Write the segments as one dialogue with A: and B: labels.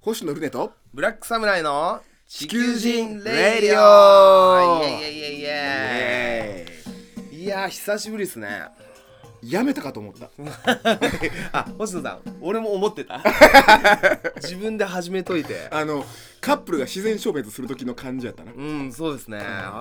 A: 星野ルネと
B: ブラックサムライの
A: 地球人レデ
B: レデ
A: ィ
B: ィ
A: オ
B: オイエイエイエイエイいやー久しぶりですね
A: やめたかと思った
B: あ星野さん俺も思 ってた自分で始めといて
A: あのカップルが自然消滅する時の感じやったなね
B: うんそうですね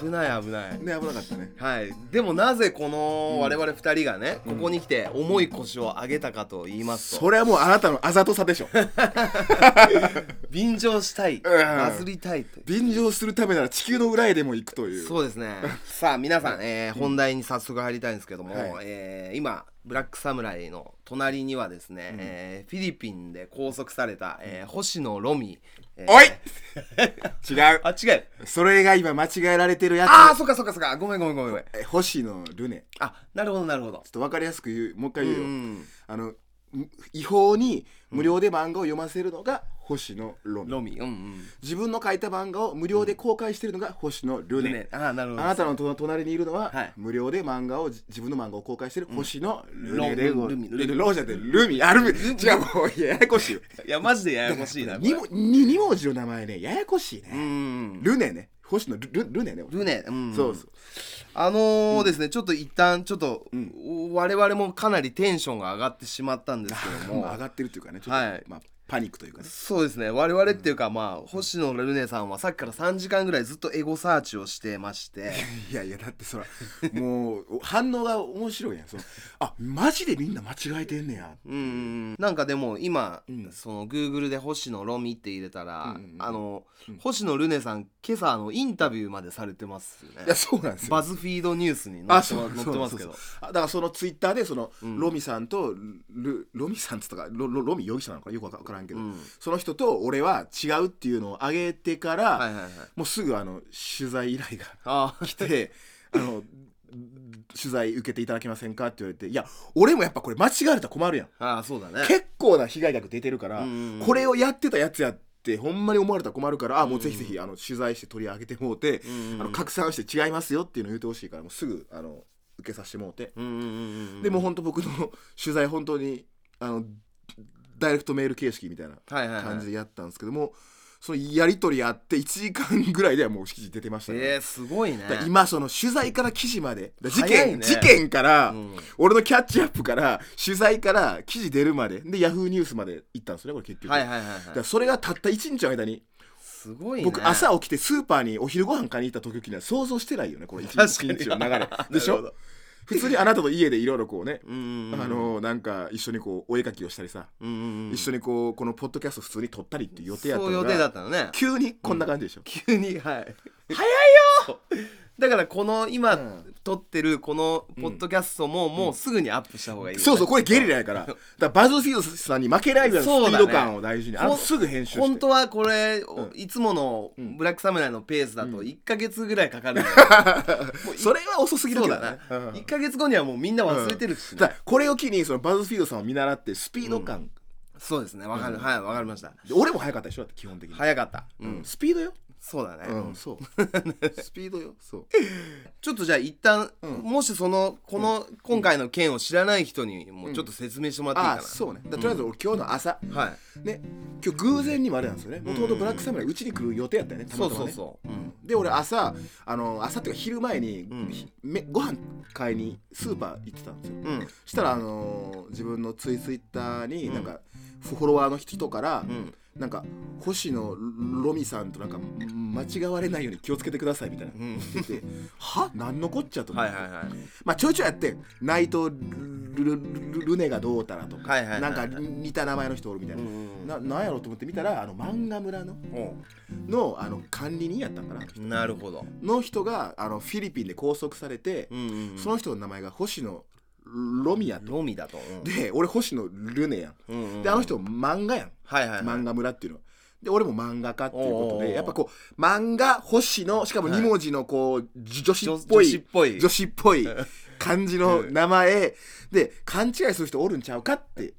B: 危ない危ない
A: 危なかったね
B: はい、でもなぜこの我々2人がね、ここに来て重い腰を上げたかと言いますと、
A: それはもうあなたのあざとさでし ょ
B: 便乗したい、バズりたいという
A: 便乗するためなら地球の裏へでも行くという
B: そうですね さあ皆さん、えー本題に早速入りたいんですけども、
A: はい
B: えー今ブラックサムライの隣にはですね、えーフィリピンで拘束された、えー星野ロミ、えー
A: おい違う
B: あ違う
A: それが今間違えられてるや
B: ああそっかそっかそっかごめんごめんごめんごめん
A: つえ星野ルネ
B: あなるほどなるほ
A: ち
B: ど
A: ょっと分かりやすく言うもう一回言うよ、
B: うん
A: あのむ違法に無料で漫画を読ませるのが星野ロネ
B: ロミうんうん
A: 自分の書いた漫画を無料で公開してるのが星野ルネ、
B: ねああなるほど
A: あなたのと隣にいるのは、
B: はい
A: 無料で漫画をじ自分の漫画を公開してる星のル
B: ロ
A: ミでご
B: ルミ
A: ルロージャでルミあルミ違うもうややこしいよ
B: いやマジでややこしい なこれ
A: 2, 二文字の名前ねややこしいね、
B: うん
A: ルネね星のルルルネね
B: ルネ、うん、
A: そうそう
B: あのーですねちょっと一旦ちょっと、
A: ん
B: 我々もかなりテンションが上がってしまったんですけど
A: もう
B: も
A: 上がってるっていうかねちょっと、
B: はい
A: まあ、パニックというかね
B: そうですね我々っていうか、まあ星野ルネさんはさっきから3時間ぐらいずっとエゴサーチをしてまして
A: いやいやだってそらもう反応が面白いやんそのあマジでみんな間違えてんねや
B: うんなんかでも今、
A: ん
B: そのグーグルで星野ロミって入れたら、
A: うんうんうん
B: あの、星野ルネさん今朝あのインタビューまでされてますよ
A: いや
B: ね
A: そうなんですよ
B: バズフィードニュースに載
A: あ
B: って
A: そう
B: ま載ってますけど
A: そうそうそうあだからそのツイッターでその、
B: ん
A: ロミさんとルロミさんっつったかロロロミ容疑者なのかよくわからんけど、
B: うん
A: その人と俺は違うっていうのを挙げてから、
B: はいはいはい
A: もうすぐあの取材依頼が
B: あー
A: 来てあの取材受けていただけませんかって言われていや俺もやっぱこれ間違われたら困るやん
B: あーそうだね
A: 結構な被害額出てるから、
B: うん
A: これをやってたやつやってほんまに思われたら困るから、あもうぜひぜひあの取材して取り上げてもうて、
B: うん
A: あの拡散して違いますよっていうのを言ってほしいからもうすぐあの受けさせてもうて、
B: うんうんうんうん
A: でもう本当僕の取材本当にあのダイレクトメール形式みたいな
B: はいはいはい
A: 感じでやったんですけども、そのやり取りあって1時間ぐらいではもう記事出てましたね、
B: えー、すごいね
A: だから今その取材から記事までだから事
B: 早
A: 件、
B: いね
A: 事件から、
B: うん
A: 俺のキャッチアップから取材から記事出るまででヤフーニュースまで行ったんですよねこれ結局、
B: はいはいはい
A: だ
B: は
A: か
B: い
A: らそれがたった1日の間に
B: すごいね
A: 僕朝起きてスーパーにお昼ご飯買いに行った時には想像してないよねこれ一日
B: 確かに
A: 一日の流れでし
B: なるほ
A: ょ普通にあなたと家でいろいろこうね
B: うんうんうん
A: あのなんか一緒にこうお絵描きをしたりさ、
B: うんうんうん
A: 一緒にこうこのポッドキャスト普通に撮ったりっていう予定やった
B: そう
A: の
B: 予定だ
A: が
B: ったのね
A: 急にこんな感じでしょ、
B: 急にはい 早いよだからこの今
A: うん
B: 撮ってるこのポッドキャストももうすぐにアップした方がいいよね
A: そうそうこれゲリラやからだからバズフィードさんに負けないぐらいのスピード感を大事に、
B: そうだ
A: あ
B: ね
A: のすぐ編集して
B: 本当はこれ
A: うん
B: いつもの
A: ん
B: ブラックサムライのペースだと1ヶ月ぐらいかかる
A: それは遅すぎる
B: そ
A: け
B: う
A: ど
B: だ
A: ね
B: な
A: うん
B: 1ヶ月後にはもうみんな忘れてるし
A: だか
B: ね
A: らこれを機にそのバズフィードさんを見習ってスピード感、
B: そうですねわかるはいわかりました
A: で俺も速かったでしょだって基本的に、
B: 早かったう
A: うんんスピードよ、
B: そうだね
A: うんそう スピードよそう
B: ちょっとじゃあ一旦、
A: うん
B: もしそのこの、今回の件を知らない人にもちょっと説明してもらっていいか
A: あ
B: な、
A: あそうねだからとりあえず俺今日の朝、
B: はい
A: ね今日偶然にもあれなんですよねもともとブラックサムライうちに来る予定やったよねた
B: そ
A: ま
B: う
A: た
B: そ
A: ま
B: う
A: ね
B: そう、うん、
A: で俺朝あの朝っていうか昼前に、
B: ん
A: ひめご飯買いにスーパー行ってたんですよ、
B: うん
A: したらあのー自分のツイツイッターになんか、フォロワーの人から、
B: ん
A: なんか星野ロミさんとなんか間違われないように気をつけてくださいみたいな、
B: ん
A: 出ては何のこっちゃと思っ
B: はい
A: て、
B: はいはい
A: まあちょいちょいやって内藤ルルルルルネがどうたらとか、
B: はいはいはい
A: なんか似た名前の人おるみたいな、
B: うん
A: ななんやろうと思って見たらあの漫画村の
B: お
A: のあの管理人やったんかな
B: うなるほど、
A: の人があのフィリピンで拘束されて、
B: うんうんうん
A: その人の名前が星野ロミやと、
B: ロミだと、うん
A: で俺星野ルネやん、
B: うんうん
A: であの人漫画やん、
B: はいはい、はい
A: 漫画村っていうので俺も漫画家っていうこと
B: おうおうおう
A: でやっぱこう漫画星野しかも
B: はい
A: 2文字のこう、じ女子
B: 女
A: っぽい
B: 女子っぽい
A: 女子っぽい 感じの名前で勘違いする人おるんちゃうかっていう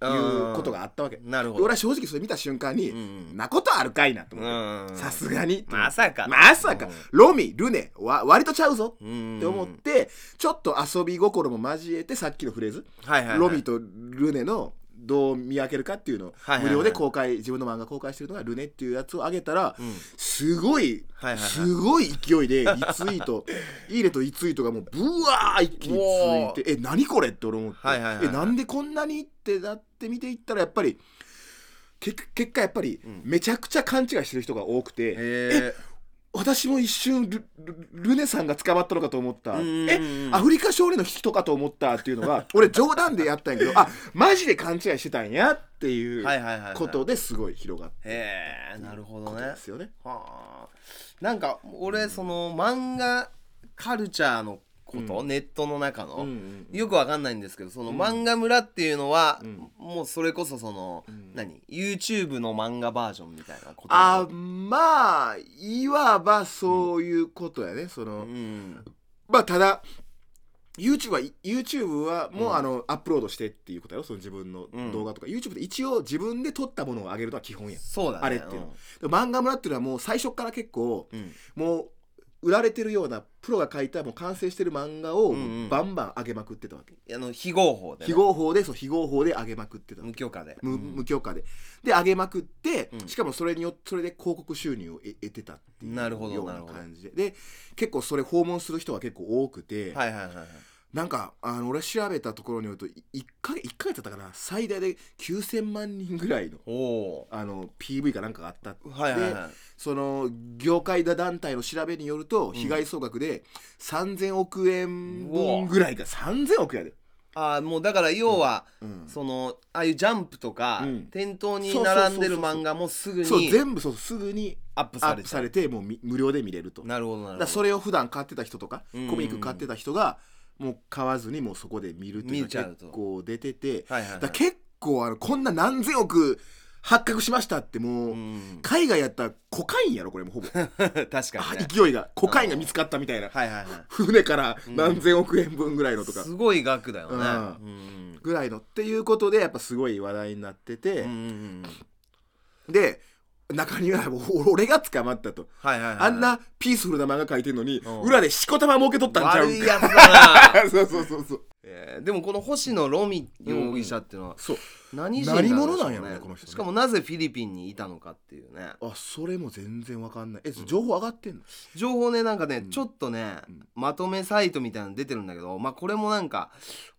A: ことがあったわけで
B: なるほ
A: 俺
B: ど
A: は正直それ見た瞬間に、
B: うんうん
A: なことあるかいなと思って。
B: うん
A: さすがにと思って
B: まさか
A: まさか
B: うん
A: ロミルネわ割とちゃうぞ
B: うん
A: って思ってちょっと遊び心も交えてさっきのフレーズ
B: はいはい、はい、
A: ロミとルネのどう見分けるかっていうのを
B: はいはいは
A: 無
B: い
A: 料で公開自分の漫画公開してるのがルネっていうやつをあげたら
B: うん
A: すごい
B: はいはいはい
A: すごい勢いでリツイー トいいねとリツイートがもうブワー一気についてえ何これって俺思って
B: はいはいはい
A: えなんでこんなにってなって見ていったらやっぱり結結果やっぱり
B: うん
A: めちゃくちゃ勘違いしてる人が多くて、
B: え
A: 私も一瞬ルルルネさんが捕まったのかと思った
B: うん
A: えアフリカ勝利の人かと思ったっていうのが俺冗談でやったんや けどあマジで勘違いしてたんやってい
B: え
A: う
B: はいはいはいはい
A: ことですごい広がった
B: へえなるほど
A: こと
B: ね
A: ですよね。
B: はあなんか俺その漫画カルチャーのこと、ネットの中の、
A: うんうん
B: よくわかんないんですけどその漫画村っていうのは、
A: ん
B: もうそれこそその、何 YouTube の漫画バージョンみたいなこと
A: あまあいわばそういうことやね、その、
B: うん
A: まあただ YouTube は YouTube はもう、あのアップロードしてっていうことやろその自分の
B: うん
A: 動画とか、YouTube で一応自分で撮ったものを上げるのは基本や
B: そうだね
A: あれっていうので漫画村っていうのはもう最初から結構
B: うんうん
A: もう売られてるようなプロが書いたもう完成してる漫画を
B: うんうん
A: バンバン上げまくってたわけ、
B: あの非合法でね、
A: 非合法でそう非合法で上げまくってたわ
B: 無
A: け
B: 許可で
A: 無無許可でで上げまくって、
B: うん
A: しかもそれによってそれで広告収入を得得てたっていう
B: なるほど
A: よう
B: な
A: な
B: るほど
A: 感じでで結構それ訪問する人は結構多くて、
B: はいはいはいはい
A: なんかあの俺調べたところによると1か一ヶ月だったかな最大で9000万人ぐらいの
B: おお
A: あの PV かなんかがあったって
B: はいはいはい
A: その業界だ団体の調べによると被害総額で3000億円分ぐらいか3000億やで、
B: あーもうだから要は、
A: うん
B: そのああいうジャンプとか、
A: うん
B: 店頭に
A: そうそうそうそう
B: 並んでる漫画もすぐ
A: そう
B: に
A: 全部そうすぐに
B: アップ
A: ア
B: さ
A: ッ
B: れ
A: プ
B: ちゃ
A: さ
B: う
A: れてもうみ無料で見れるとだか
B: なるほどなるほど
A: らそれを普段買ってた人とかコ
B: うん
A: ミック買ってた人がもう買わずにもうそこで見るっていうの
B: 見ちゃ
A: が
B: うと
A: 結構出てて
B: はいはい
A: だ
B: はい
A: から結構あのこんな何千億発覚しましたってもう、
B: うん、
A: 海外やったらコカインやろこれもうほぼ
B: 確かに、ね、
A: 勢いがコカインが見つかったみたいな
B: はいはいはい
A: 船から何千億円分ぐらいのとか
B: すごい額だよね、
A: う
B: うん
A: ぐらいのっていうことでやっぱすごい話題になってて、
B: うんうんうん
A: で中にはもう俺が捕まったと、
B: はいはいはい
A: あんなピースフルな漫画描いてんのに、
B: うん
A: 裏でしこたま儲けとったんちゃう
B: 悪い
A: ん
B: やつだな、
A: か そうそうそうそう
B: えーでもこの星野ロミ容疑者っていうのは
A: そう
B: 何人なんでしょう
A: 何者なんやろねこの人ね
B: しかもなぜフィリピンにいたのかっていうね
A: あそれも全然わかんないえ情報上がってんの、
B: 情報ねなんかね、ちょっとね、
A: ん
B: まとめサイトみたいなの出てるんだけどまあこれもなんか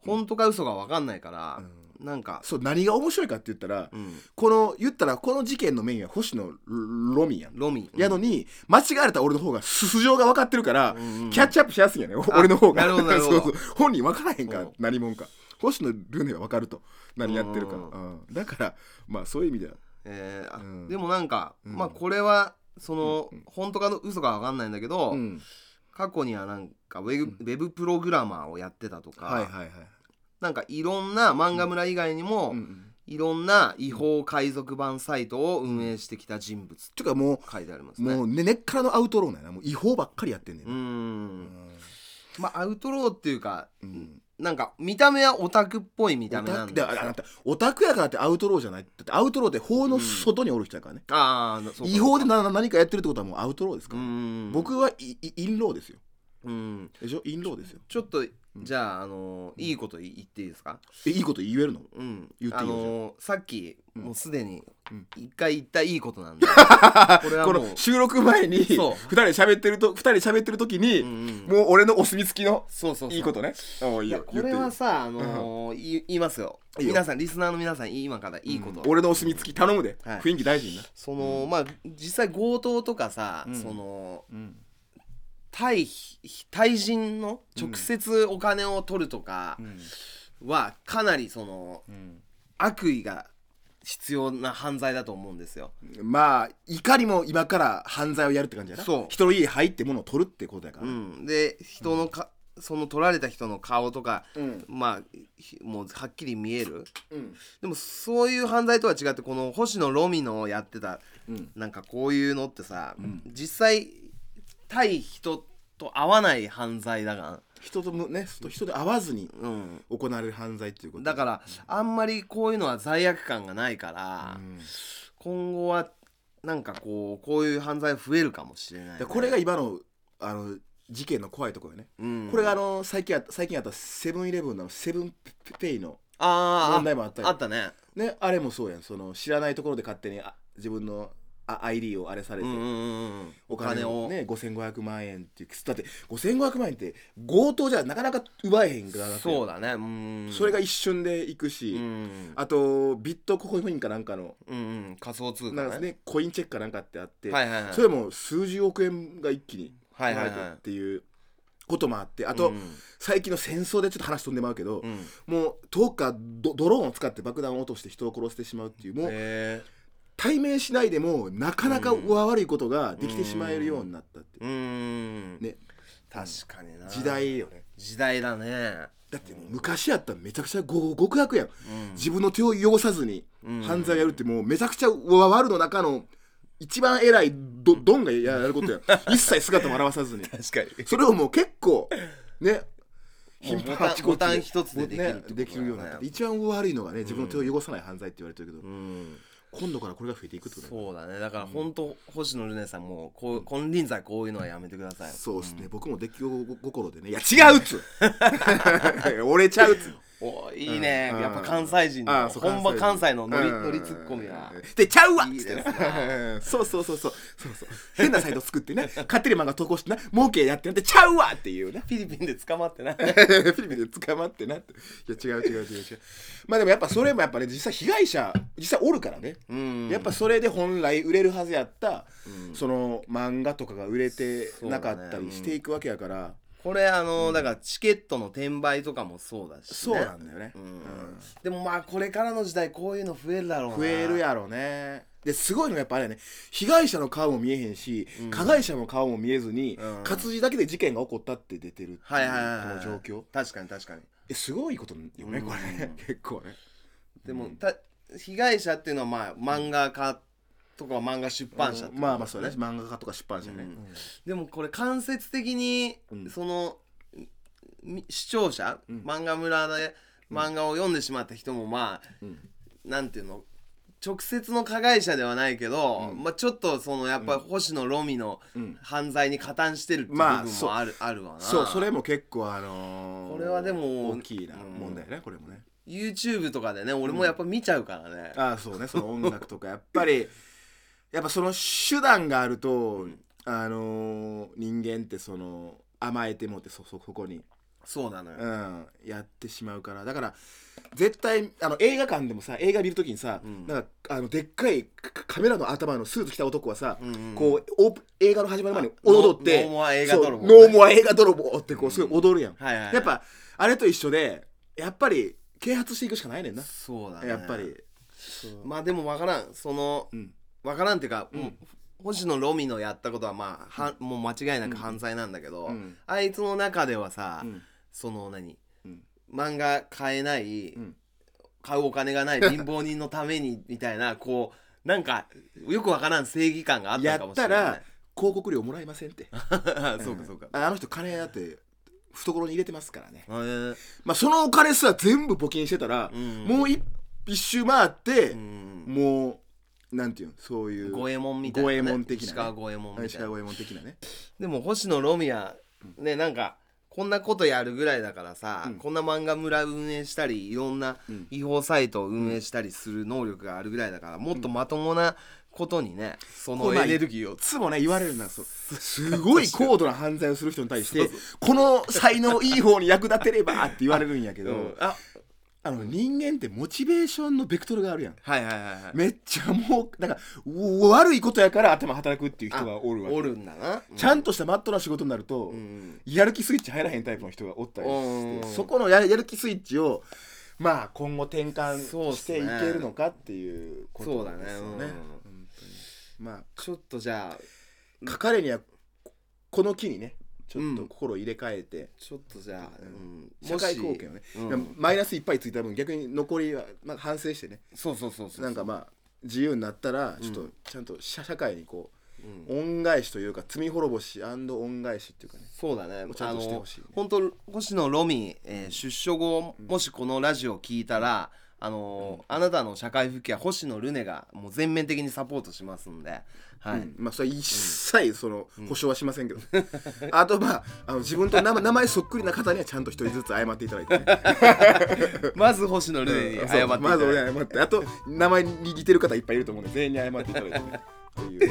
B: 本当か嘘か分かんないから、なんか、
A: そう何が面白いかって言ったら、
B: うん、
A: この言ったらこの事件のメインは星野ロミやん
B: ロミ
A: やのに間違われた俺の方が素性が分かってるから、
B: んうん
A: キャッチアップしやすいんやね俺の方が
B: なるほどなるほ ど
A: そうそう本人分からへんから
B: うん
A: 何者か星野ルネが分かると何やってるか、
B: うん
A: うんだからまあそういう意味では
B: えーあ
A: うん
B: でもなんか、
A: うん
B: まあこれはその、本当かの嘘かわかんないんだけど、
A: うん
B: 過去にはなんかウェブ,、ウェブプログラマーをやってたとか、
A: はいはいはい、
B: なんかいろんな漫画村以外にも、
A: うん、
B: いろんな違法海賊版サイトを運営してきた人物
A: てかも
B: 書いてあります
A: う、
B: ね。
A: もうね根っからのアウトローなんやなもう違法ばっかりやってんねん
B: う
A: な、
B: んまあアウトローっていうか、
A: ん
B: なんか見た目はオタクっぽい見た
A: オ
B: 目な
A: タ
B: ん
A: ク
B: で
A: だ
B: す
A: からあ
B: よ
A: なたオタクやからってアウトローじゃないだってアウトローって法の外におる人やからね、
B: あーそうか
A: 違法でなな何かやってるってことはもうアウトローです
B: う
A: から、
B: ん
A: 僕はいいインローですよ
B: うん
A: でしょインローですよ
B: ちょっとじゃあ、あのいいこと言っていいですか
A: えいいこと言えるの
B: うん、
A: 言っていいよ
B: あのーさっき、
A: ん
B: もうすでに
A: うん
B: 一回言ったいいこと なんで、これは
A: こ
B: もう
A: の、収録前に
B: そう
A: 2人喋ってると二人喋ってる時に、
B: うんうん
A: もう俺のお墨付きの
B: そうそうそう
A: いいことねああい
B: い
A: い
B: や
A: よ
B: こ
A: 言って
B: れ
A: いい
B: はさ、あのーい言いますよ
A: いいよ
B: 皆さんリスナーの皆さん今からいいこと、
A: 俺のお墨付き頼むで、
B: はい
A: 雰囲気大事にな
B: その、まあ実際強盗とかさ、
A: ん
B: その
A: うん
B: 対非対人の直接お金を取るとかはかなりその悪意が必要な犯罪だと思うんですよ。
A: まあ怒りも今から犯罪をやるって感じやな
B: そう
A: 人の家入って物を取るってことやから、
B: うん、で人のか、その取られた人の顔とか、
A: うん
B: まあひもうはっきり見える
A: うん
B: でもそういう犯罪とは違ってこの星野ロミのやってた、
A: うん
B: なんかこういうのってさ、実際対人と会わない犯罪だが
A: 人とむね人で会わずに
B: ら、うん、
A: 行われる犯罪っていうこと
B: だからあんまりこういうのは罪悪感がないから、今後はなんかこうこういう犯罪増えるかもしれないね、
A: でこれが今のあの事件の怖いところよね
B: うん
A: これがあの最近あった最近あったセブンイレブンのセブンペイの
B: あー
A: 問題もあったよ
B: あったね
A: ねあれもそうやんその知らないところで勝手にあ自分のあ ID をあれされ
B: うん
A: て、
B: うんうんうん
A: お
B: お
A: 金
B: 金
A: を
B: を
A: ね5500万円っていうだって5500万円って強盗じゃなかなか奪えへんから
B: そうだねうん
A: それが一瞬でいくし、
B: うん
A: あとビットコインかなんかの
B: うんうん仮想通貨
A: なんかねコインチェックかなんかってあって、
B: はいはいはい
A: それも数十億円が一気に
B: はいはいはい
A: 流れてっていうこともあってあと、
B: うん
A: 最近の戦争でちょっと話飛んでまうけど、
B: うん
A: もう遠くからドドローンを使って爆弾を落として人を殺してしまうっていうもう
B: へ
A: 対面しないでもなかなか悪いことができてしまえるようになったっていう
B: えうん
A: ね
B: 確かにな
A: 時代よね
B: 時代だね
A: だってもう昔やったらめちゃくちゃご極悪やん、
B: うん
A: 自分の手を汚さずに
B: うん
A: 犯罪をやるってもうめちゃくちゃ悪の中の一番偉いドドンがやる ことやん一切姿を現さずに
B: 確かに
A: それをもう結構ね
B: もうボタン
A: あちこち
B: ボタン一つでできるってことだよね
A: ねできるようになった一番悪いのがね自分の手を汚さない犯罪って言われてるけど、
B: うん
A: 今度からこれが増えていくってことだよね
B: そうだねだから本当星野ルネさんもこう金輪際こういうのはやめてください
A: そうですね、僕も出来心でね「いや違う!」っ つう折れちゃうっつう
B: おいいね
A: うん
B: やっぱ関西人
A: あ
B: の
A: ーそう
B: 本場関西のノリ
A: うん
B: ノリツッコミは
A: でちゃうわっ
B: いい
A: つっ
B: です
A: て
B: ね
A: ねそうそうそうそうそうそう変なサイト作ってね勝手に漫画投稿してな儲けやってなってちゃうわっていうね
B: フィリピンで捕まって な
A: フィリピンで捕まってなっていや違う違う違う違うまあでもやっぱそれもやっぱね実際被害者実際おるからね
B: うん
A: やっぱそれで本来売れるはずやった、その漫画とかが売れてなかったりしていくわけやから
B: これあのだからチケットの転売とかもそうだしね
A: そう,、なんだよね、
B: うんでもまあこれからの時代こういうの増えるだろうな
A: 増えるやろねですごいのがやっぱあれやね被害者の顔も見えへんし、加害者の顔も見えずに、
B: うん
A: 活字だけで事件が起こったって出てるっていう
B: はいはいはい、はい、
A: この状況
B: 確かに確かに
A: えすごいことよねこれ ね、結構ね
B: でも、た被害者っていうのはまあ漫画家とか漫画出版社ってこと
A: まあまあそうだね漫画家とか出版社ね、
B: でもこれ間接的に、
A: うん
B: そのみ視聴者、漫画村で漫画を読んでしまった人もまあ、
A: ん
B: なんていうの直接の加害者ではないけど、まあ、ちょっとそのやっぱ星野ロミの犯罪に加担してるっていう部
A: まあ
B: 分
A: そう
B: もある,、あ、るわな
A: そうそれも結構あのー
B: これはでも
A: 大きいな問題ね、これもね
B: YouTube とかでね俺もやっぱ見ちゃうからね、
A: ああそうねその音楽とかやっぱりやっぱその手段があると、あのー人間ってその甘えてもってそそそこに
B: そうなのよ、
A: うん、やってしまうからだから絶対あの映画館でもさ映画見るときにさ、
B: ん
A: なんかあのでっかいカカメラの頭のスーツ着た男はさ、
B: うんうん
A: こうオープ映画の始まる前に踊って
B: あノーノーモア映画泥棒
A: そうノーモア映画泥棒ってこうすごい踊るやん、
B: はいはいはい
A: やっぱあれと一緒でやっぱり啓発していくしかないねんな、
B: そうだね
A: やっぱりそう
B: まあでも分からんその、
A: うん
B: わからんっていうか、もう星野ロミのやったことはまあはもう間違いなく犯罪なんだけど、
A: うん
B: あいつの中ではさ、
A: うん
B: その何、
A: うん
B: 漫画買えない、
A: ん
B: 買うお金が ない貧乏人のためにみたいなこうなんかよくわからん正義感があった
A: や
B: のかも
A: っ
B: しれ
A: た
B: ない、
A: ら広告料もらえませんって
B: そうかそうか、
A: ああの 人金だって懐に入れてますからね
B: えー
A: まあ、そのお金すら全部募金してたら、
B: うん
A: もう一一周回って、
B: うん
A: もうなんていうのそういう
B: 五右衛門みたいな、ね、
A: 五右衛門的なね
B: 石川五右衛門みたいな
A: 石川五右衛門的なね
B: でも星野ロミアねなんかこんなことやるぐらいだからさ、こんな漫画村運営したりいろんな違法サイトを運営したりする能力があるぐらいだからもっとまともなことにねそのエネルギー
A: い
B: を
A: つもね言われるん だそうすごい高度な犯罪をする人に対してこの才能いい方に役立てればって言われるんやけど、
B: うんあ
A: あの人間ってモチベーションのベクトルがあるやん
B: はいはいはいはい
A: めっちゃもうなんかう悪いことやから頭働くっていう人がおるわけ
B: おるんだな
A: ちゃんとしたマットな仕事になると、
B: ん
A: やる気スイッチ入らへんタイプの人がおったり
B: うん
A: してそこのややる気スイッチをまあ今後転
B: そう
A: 換
B: っ
A: し
B: す
A: て
B: ね
A: いけるのかっていうこ
B: そ
A: と
B: うだね
A: ですよね。
B: うん
A: ま
B: ちょっとじゃあ
A: あか彼にはここの機にねちょっ
B: う
A: と
B: ん
A: 心を入れ替えて、
B: ちょっとじゃあ、うん
A: 社会貢献を
B: も
A: ね
B: し、
A: マイナスいっぱいついた分逆に残りは、まあ、反省してね
B: そうそうそうそう
A: なんかまあ自由になったらちょっとちゃんと社社会にこう、恩返しというか罪滅ぼし恩返しっていうかね
B: そうだね
A: ちゃんとしてほしいね
B: あの本当星野ロミ、えー出所後もしこのラジオ聞いたら、あのーあなたの社会復帰は星野ルネがもう全面的にサポートしますんで、はい
A: うんまあそれは一切その保証はしませんけど、あとまああの自分と名前名前そっくりな方にはちゃんと一人ずつ謝っていただいてね、
B: まず星野ルネに謝っていただいて
A: まず俺謝ってあと名前に似てる方いっぱいいると思うんで全員に謝っていただいてねっていう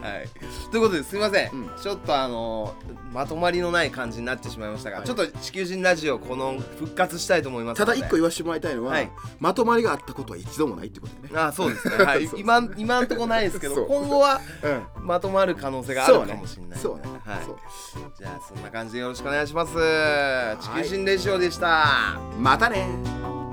B: はい、ということですみません、
A: うん
B: ちょっとあのまとまりのない感じになってしまいましたが、
A: はい
B: ちょっと地球人ラジオこの復活したいと思います
A: た
B: の
A: だ
B: で
A: 一個言わせてもらいたいのは、
B: はい
A: まとまりがあったことは一度もないってことだよね
B: あそうですね、 はい、今今んとこないですけ
A: そ
B: ど
A: う
B: 今後は
A: うん
B: まとまる可能性があるかもしれないんで
A: そうねそうね
B: はい
A: そう
B: じゃあそんな感じでよろしくお願いします地球人レジオでした、
A: またね